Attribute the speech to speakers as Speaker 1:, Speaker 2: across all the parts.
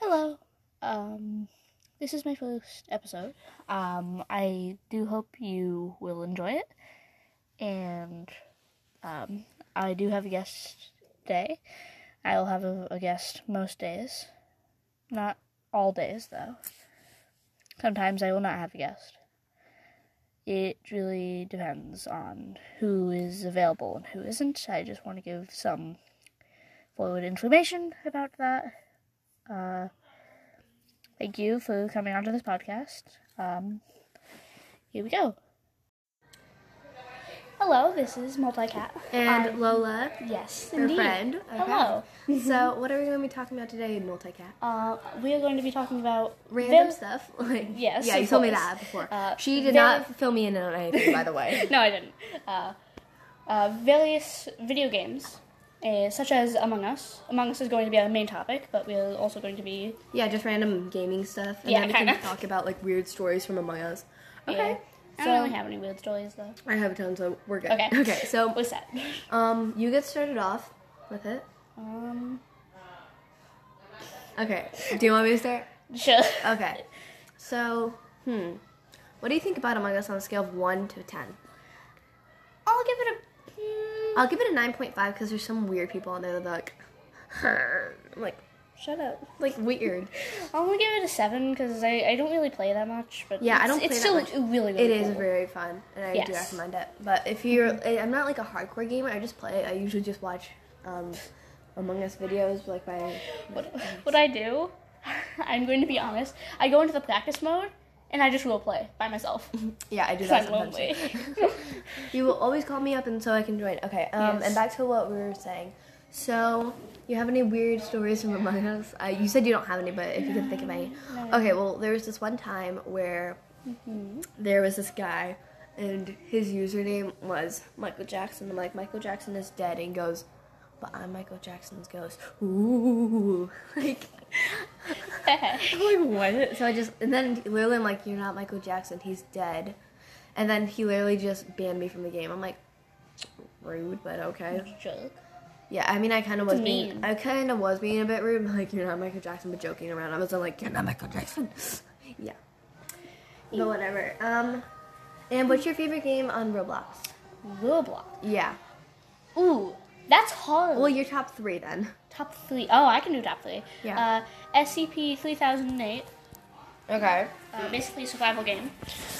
Speaker 1: Hello. Um, this is my first episode. Um, I do hope you will enjoy it. And um, I do have a guest today. I will have a, a guest most days. Not all days, though. Sometimes I will not have a guest. It really depends on who is available and who isn't. I just want to give some forward information about that. Uh, thank you for coming onto this podcast. Um, here we go. Hello, this is Multicat.
Speaker 2: And
Speaker 1: I'm-
Speaker 2: Lola,
Speaker 1: yes,
Speaker 2: your
Speaker 1: indeed.
Speaker 2: friend. Okay.
Speaker 1: Hello.
Speaker 2: So, what are we going to be talking about today in Multicat?
Speaker 1: Uh, we are going to be talking about
Speaker 2: Random
Speaker 1: ver-
Speaker 2: stuff. Like,
Speaker 1: Yes,
Speaker 2: Yeah, you
Speaker 1: of
Speaker 2: told me
Speaker 1: course.
Speaker 2: that before.
Speaker 1: Uh,
Speaker 2: she
Speaker 1: very-
Speaker 2: did not fill me in on anything, by the way.
Speaker 1: No, I didn't. Uh, uh, various video games, uh, such as Among Us. Among Us is going to be our main topic, but we're also going to be
Speaker 2: Yeah, just random gaming stuff. And
Speaker 1: Yeah,
Speaker 2: then we
Speaker 1: kinda.
Speaker 2: can talk about like weird stories from Among Us. Okay.
Speaker 1: Yeah. eh, I
Speaker 2: So-
Speaker 1: don't really have any weird stories though.
Speaker 2: I have a ton, so we're good.
Speaker 1: Um, Okay.
Speaker 2: Okay, so
Speaker 1: what's that?
Speaker 2: um, you get started off with it.
Speaker 1: Um,
Speaker 2: Okay. Do you want me to start?
Speaker 1: sure.
Speaker 2: Okay. So, hmm. What do you think about Among Us on a scale of 1 to 10?
Speaker 1: I'll give it a. mm,
Speaker 2: I'll give it a 9.5 because there's some weird people on there that are like, I'm like,
Speaker 1: shut up.
Speaker 2: like weird.
Speaker 1: I'm gonna give it a seven because I, I don't really play that much, but
Speaker 2: Yeah, I
Speaker 1: it's-
Speaker 2: don't play
Speaker 1: It's
Speaker 2: that
Speaker 1: still
Speaker 2: much.
Speaker 1: really really.
Speaker 2: It is
Speaker 1: cool.
Speaker 2: very fun, and I do
Speaker 1: Yes.
Speaker 2: recommend it. But if you're, I- I'm not like a hardcore gamer. I just play. I usually just watch um, Among Us videos, like by.
Speaker 1: What, what I do, I'm going to be honest. I go into the practice mode and I just role play by myself.
Speaker 2: Yeah, I do
Speaker 1: 'cause
Speaker 2: that
Speaker 1: I'm
Speaker 2: sometimes.
Speaker 1: lonely.
Speaker 2: You will always call me up, and so I can join. Okay, um,
Speaker 1: Yes.
Speaker 2: and back to what we were saying. So, you have any weird stories from Among Us? Uh, you said you don't have any, but if you can think of any. Okay, well, there was this one time where there was this guy, and his username was Michael Jackson. I'm like, Michael Jackson is dead, and he goes, but I'm Michael Jackson's ghost. Ooh, like, I'm like what? So I just, and then literally, I'm like, you're not Michael Jackson. He's dead. And then he literally just banned me from the game. I'm like, rude, but okay.
Speaker 1: Joke.
Speaker 2: Yeah, I mean, I kind of was
Speaker 1: mean.
Speaker 2: being, I kind of was being a bit rude, like you're not Michael Jackson, but joking around. I was like, you're not Michael Jackson. yeah. But whatever. Um, and what's your favorite game on Roblox?
Speaker 1: Roblox.
Speaker 2: Yeah.
Speaker 1: Ooh, that's hard.
Speaker 2: Well, your top three then.
Speaker 1: top three. Oh, I can do top three.
Speaker 2: Yeah.
Speaker 1: Uh, SCP 3008.
Speaker 2: Okay.
Speaker 1: Uh, basically, survival game.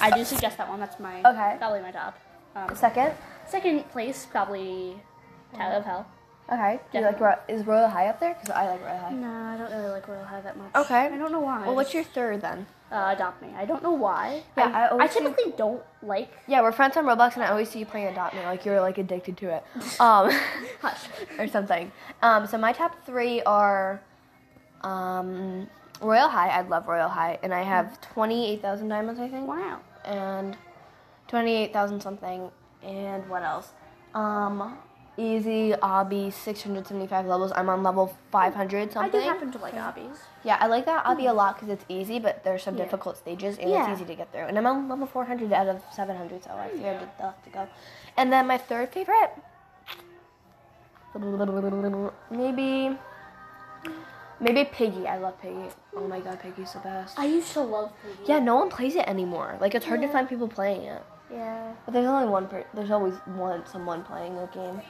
Speaker 1: I do suggest that one. That's my
Speaker 2: Okay.
Speaker 1: probably my top. Um,
Speaker 2: Second.
Speaker 1: second place, probably Tower of Hell.
Speaker 2: Okay. Do you like Ro- is Royal High up there? Cause I like Royal High.
Speaker 1: No, I don't really like Royal High that much.
Speaker 2: Okay.
Speaker 1: I don't know why.
Speaker 2: Well, what's your third then?
Speaker 1: uh, adopt me? I don't know why.
Speaker 2: Yeah, I always think-
Speaker 1: typically don't like.
Speaker 2: Yeah, we're friends on Roblox, and I always see you playing Adopt Me, like you're like addicted to it, um, hush or something. Um, so my top three are um, Royal High. I love Royal High, and I have twenty eight thousand diamonds, I think,
Speaker 1: Wow.
Speaker 2: and twenty eight thousand something, and what else? Um, easy Obby, six hundred seventy five levels. I'm on level five hundred
Speaker 1: I
Speaker 2: something.
Speaker 1: do happen to like hobbies.
Speaker 2: Yeah, I like that obby a lot because it's easy, but there's some difficult stages and
Speaker 1: Hmm. Yeah.
Speaker 2: it's easy to get through. And I'm on level 400 out of 700, so I figured I'd have to go. And then my third favorite, maybe, maybe Piggy. I love Piggy. Oh my god, Piggy's the best.
Speaker 1: I used to love Piggy.
Speaker 2: Yeah, no one plays it anymore. Like it's hard to find people playing it.
Speaker 1: Yeah.
Speaker 2: But there's only one. Per- there's always one someone playing the game.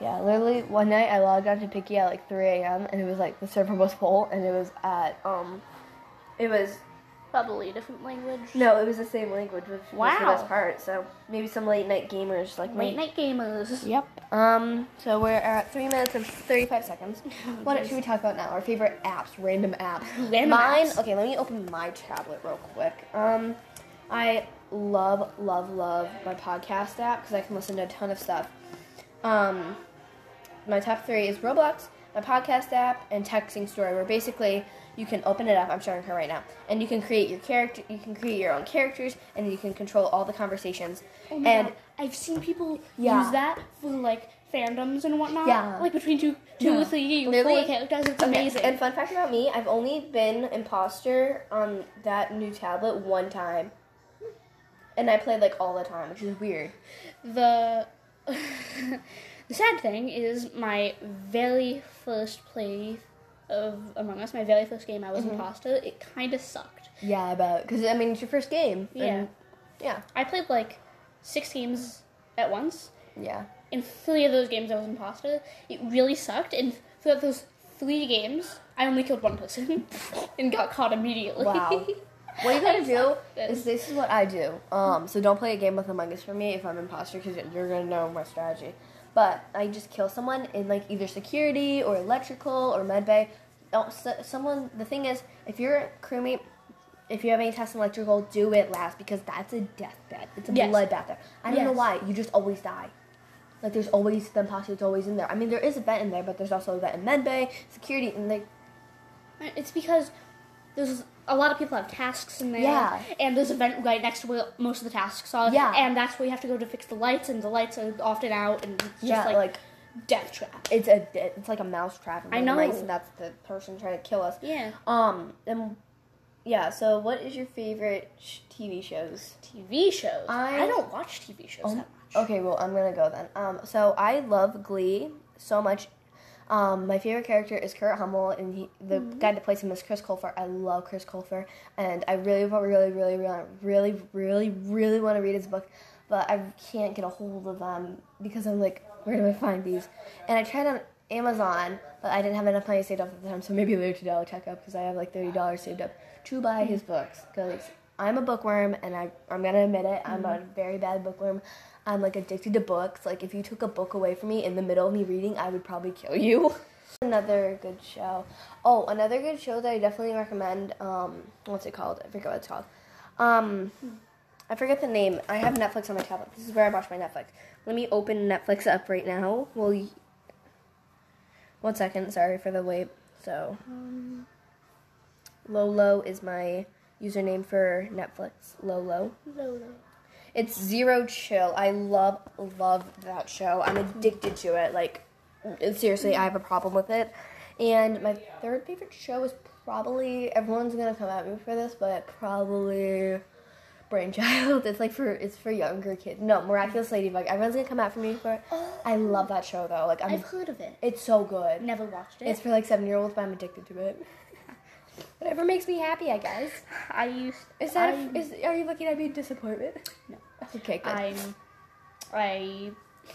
Speaker 2: Yeah, literally one night I logged on to Picky at like 3 a.m. and it was like the server was full and it was at um, it was
Speaker 1: Probably a different language.
Speaker 2: no, it was the same language, which was the
Speaker 1: Wow.
Speaker 2: best part. So maybe some late night gamers like me.
Speaker 1: Late night gamers.
Speaker 2: Yep. Um. So we're at three minutes and thirty-five seconds. What should we talk about now? Our favorite apps, random apps.
Speaker 1: Random
Speaker 2: Mine.
Speaker 1: apps.
Speaker 2: Okay, let me open my tablet real quick. Um, I love, love, love my podcast app because I can listen to a ton of stuff. Um, my top three is Roblox, my podcast app, and Texting Story, where basically you can open it up. I'm showing her right now, and you can create your character. You can create your own characters, and you can control all the conversations.
Speaker 1: Oh my
Speaker 2: and
Speaker 1: God. I've seen people
Speaker 2: Yeah.
Speaker 1: use that for like fandoms and whatnot.
Speaker 2: Yeah.
Speaker 1: Like between two, two
Speaker 2: Yeah.
Speaker 1: or three four
Speaker 2: Literally-
Speaker 1: characters. It's
Speaker 2: Okay,
Speaker 1: amazing.
Speaker 2: And fun fact about me, I've only been imposter on that new tablet one time. And I played like all the time, which is weird.
Speaker 1: the the sad thing is my very first play of Among Us, my very first game, I was imposter. It kind of sucked.
Speaker 2: Yeah, I bet. Because, I mean, it's your first game.
Speaker 1: Yeah.
Speaker 2: and- yeah.
Speaker 1: I played like six games at once.
Speaker 2: Yeah.
Speaker 1: In three of those games, I was imposter. It really sucked. And throughout those three games, I only killed one person and got caught immediately.
Speaker 2: Wow. What you gotta do
Speaker 1: then.
Speaker 2: is this is what I do. Um, so don't play a game with Among Us for me if I'm imposter because you're gonna know my strategy. But I just kill someone in like either security or electrical or medbay. Oh, so, someone. The thing is, if you're a crewmate, if you have any tests in electrical, do it last because that's a deathbed. It's a
Speaker 1: Yes.
Speaker 2: bloodbath there. I don't know
Speaker 1: Yes.
Speaker 2: why. You just always die. Like there's always the imposter that's always in there. I mean, there is a vent in there, but there's also a vent in medbay, security, and like
Speaker 1: It's because there's a lot of people have tasks in there.
Speaker 2: Yeah.
Speaker 1: And there's a vent right next to where most of the tasks are.
Speaker 2: Yeah.
Speaker 1: And that's where you have to go to fix the lights, and the lights are often out, and it's just
Speaker 2: yeah,
Speaker 1: like,
Speaker 2: like
Speaker 1: death trap.
Speaker 2: It's a it's like a mouse trap. and
Speaker 1: I
Speaker 2: the
Speaker 1: know.
Speaker 2: Mice, and that's the person trying to kill us.
Speaker 1: Yeah.
Speaker 2: Um. And yeah. So, what is your favorite sh- TV shows?
Speaker 1: TV shows.
Speaker 2: I- Oh,
Speaker 1: I don't watch TV shows that much.
Speaker 2: Okay. Well, I'm gonna go then. Um. So I love Glee so much. Um, my favorite character is Kurt Hummel, and he, the guy that plays him is Chris Colfer. I love Chris Colfer, and I really, really, really, really, really, really, really want to read his book, but I can't get a hold of them because I'm like, where do I find these? And I tried on Amazon, but I didn't have enough money saved up at the time, so maybe later today I'll check up because I have like thirty dollars saved up to buy his books. Because I'm a bookworm, and I I'm gonna admit it, I'm a very bad bookworm. I'm like addicted to books. Like if you took a book away from me in the middle of me reading, I would probably kill you. another good show. Oh, another good show that I definitely recommend. Um, what's it called? I forget what it's called. Um, I forget the name. I have Netflix on my tablet. This is where I watch my Netflix. Let me open Netflix up right now. Well, y- one second. Sorry for the wait. So,
Speaker 1: Um,
Speaker 2: Lolo is my username for Netflix. Lolo.
Speaker 1: Lolo.
Speaker 2: It's Zero Chill. I love love that show. I'm addicted to it. Like seriously, I have a problem with it. And my third favorite show is probably everyone's gonna come at me for this, but probably Brainchild. It's like for it's for younger kids. No, Miraculous Ladybug. Everyone's gonna come at for me for it. I love that show though. Like Oh, I'm,
Speaker 1: I've heard of it.
Speaker 2: it's so good.
Speaker 1: Never watched it.
Speaker 2: It's for like seven year olds, but I'm addicted to it. Whatever makes me happy, I guess.
Speaker 1: I used.
Speaker 2: Is that
Speaker 1: I,
Speaker 2: a, is are you looking at me in disappointment?
Speaker 1: No.
Speaker 2: Okay, good.
Speaker 1: I'm. I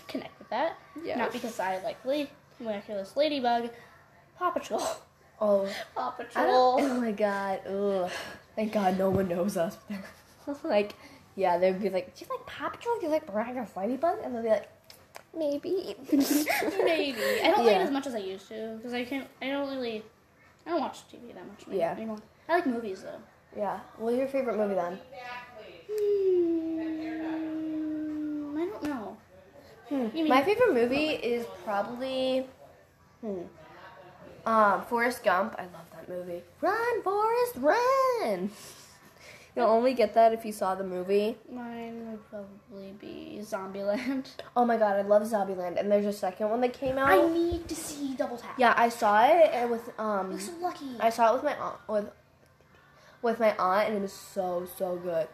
Speaker 1: connect with that.
Speaker 2: Yeah.
Speaker 1: Not because I like La- Miraculous Ladybug. Paw Patrol.
Speaker 2: oh.
Speaker 1: Paw
Speaker 2: I don't-
Speaker 1: Patrol.
Speaker 2: oh my god. Ugh. Thank God no one knows us. like, yeah, they'd be like, "Do you like Paw Patrol? Do you like Brian Ladybug?" And they'll be like, "Maybe."
Speaker 1: Maybe. I don't like it
Speaker 2: Yeah.
Speaker 1: as much as I used to because I can't. I don't really. I don't watch TV that much
Speaker 2: Yeah.
Speaker 1: anymore. I like movies though.
Speaker 2: Yeah. What's your favorite movie then?
Speaker 1: Hmm, I don't know. You mean-
Speaker 2: Hmm. My favorite movie is probably, hmm, um, Forrest Gump. I love that movie. Run, Forrest, run! You'll only get that if you saw the movie.
Speaker 1: Mine would probably be Zombieland.
Speaker 2: Oh my god, I love Zombieland, and there's a second one that came out.
Speaker 1: I need to see Double Tap.
Speaker 2: Oh. yeah, I saw it uh, with um.
Speaker 1: I'm so lucky.
Speaker 2: I saw it with my aunt with with my aunt and it was so so good.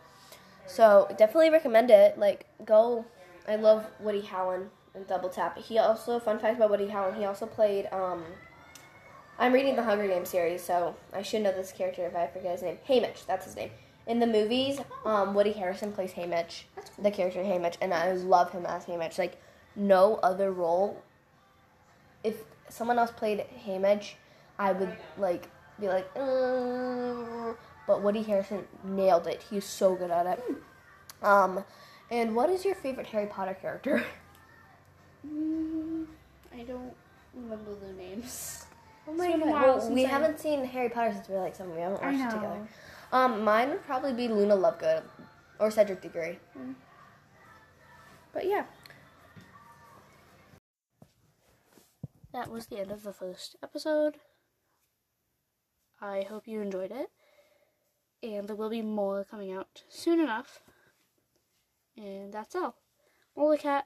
Speaker 2: So definitely recommend it. Like go I love Woody Allen and Double Tap. He also fun fact about Woody Allen, he also played um I'm reading the Hunger Games series, so I should know this character if I forget his name. Haymitch, that's his name. In the movies, um, Woody Harrison plays Haymitch,
Speaker 1: That's cool.
Speaker 2: the character Haymitch, and I love him as Haymitch. Like, no other role if someone else played Haymitch, I would like be like, "Mm," but Woody Harrison nailed it. He's so good at it. Um, and what is your favorite Harry Potter character?
Speaker 1: Mm, I don't remember the names.
Speaker 2: Oh
Speaker 1: my God.
Speaker 2: Well, we
Speaker 1: Since I-
Speaker 2: haven't seen Harry Potter since we were like seven. We haven't
Speaker 1: I
Speaker 2: watched it
Speaker 1: know.
Speaker 2: together. Um, mine would probably be Luna Lovegood or Cedric Diggory.
Speaker 1: But yeah. That was the end of the first episode. I hope you enjoyed it. And there will be more coming out soon enough. And that's all. Mola Cat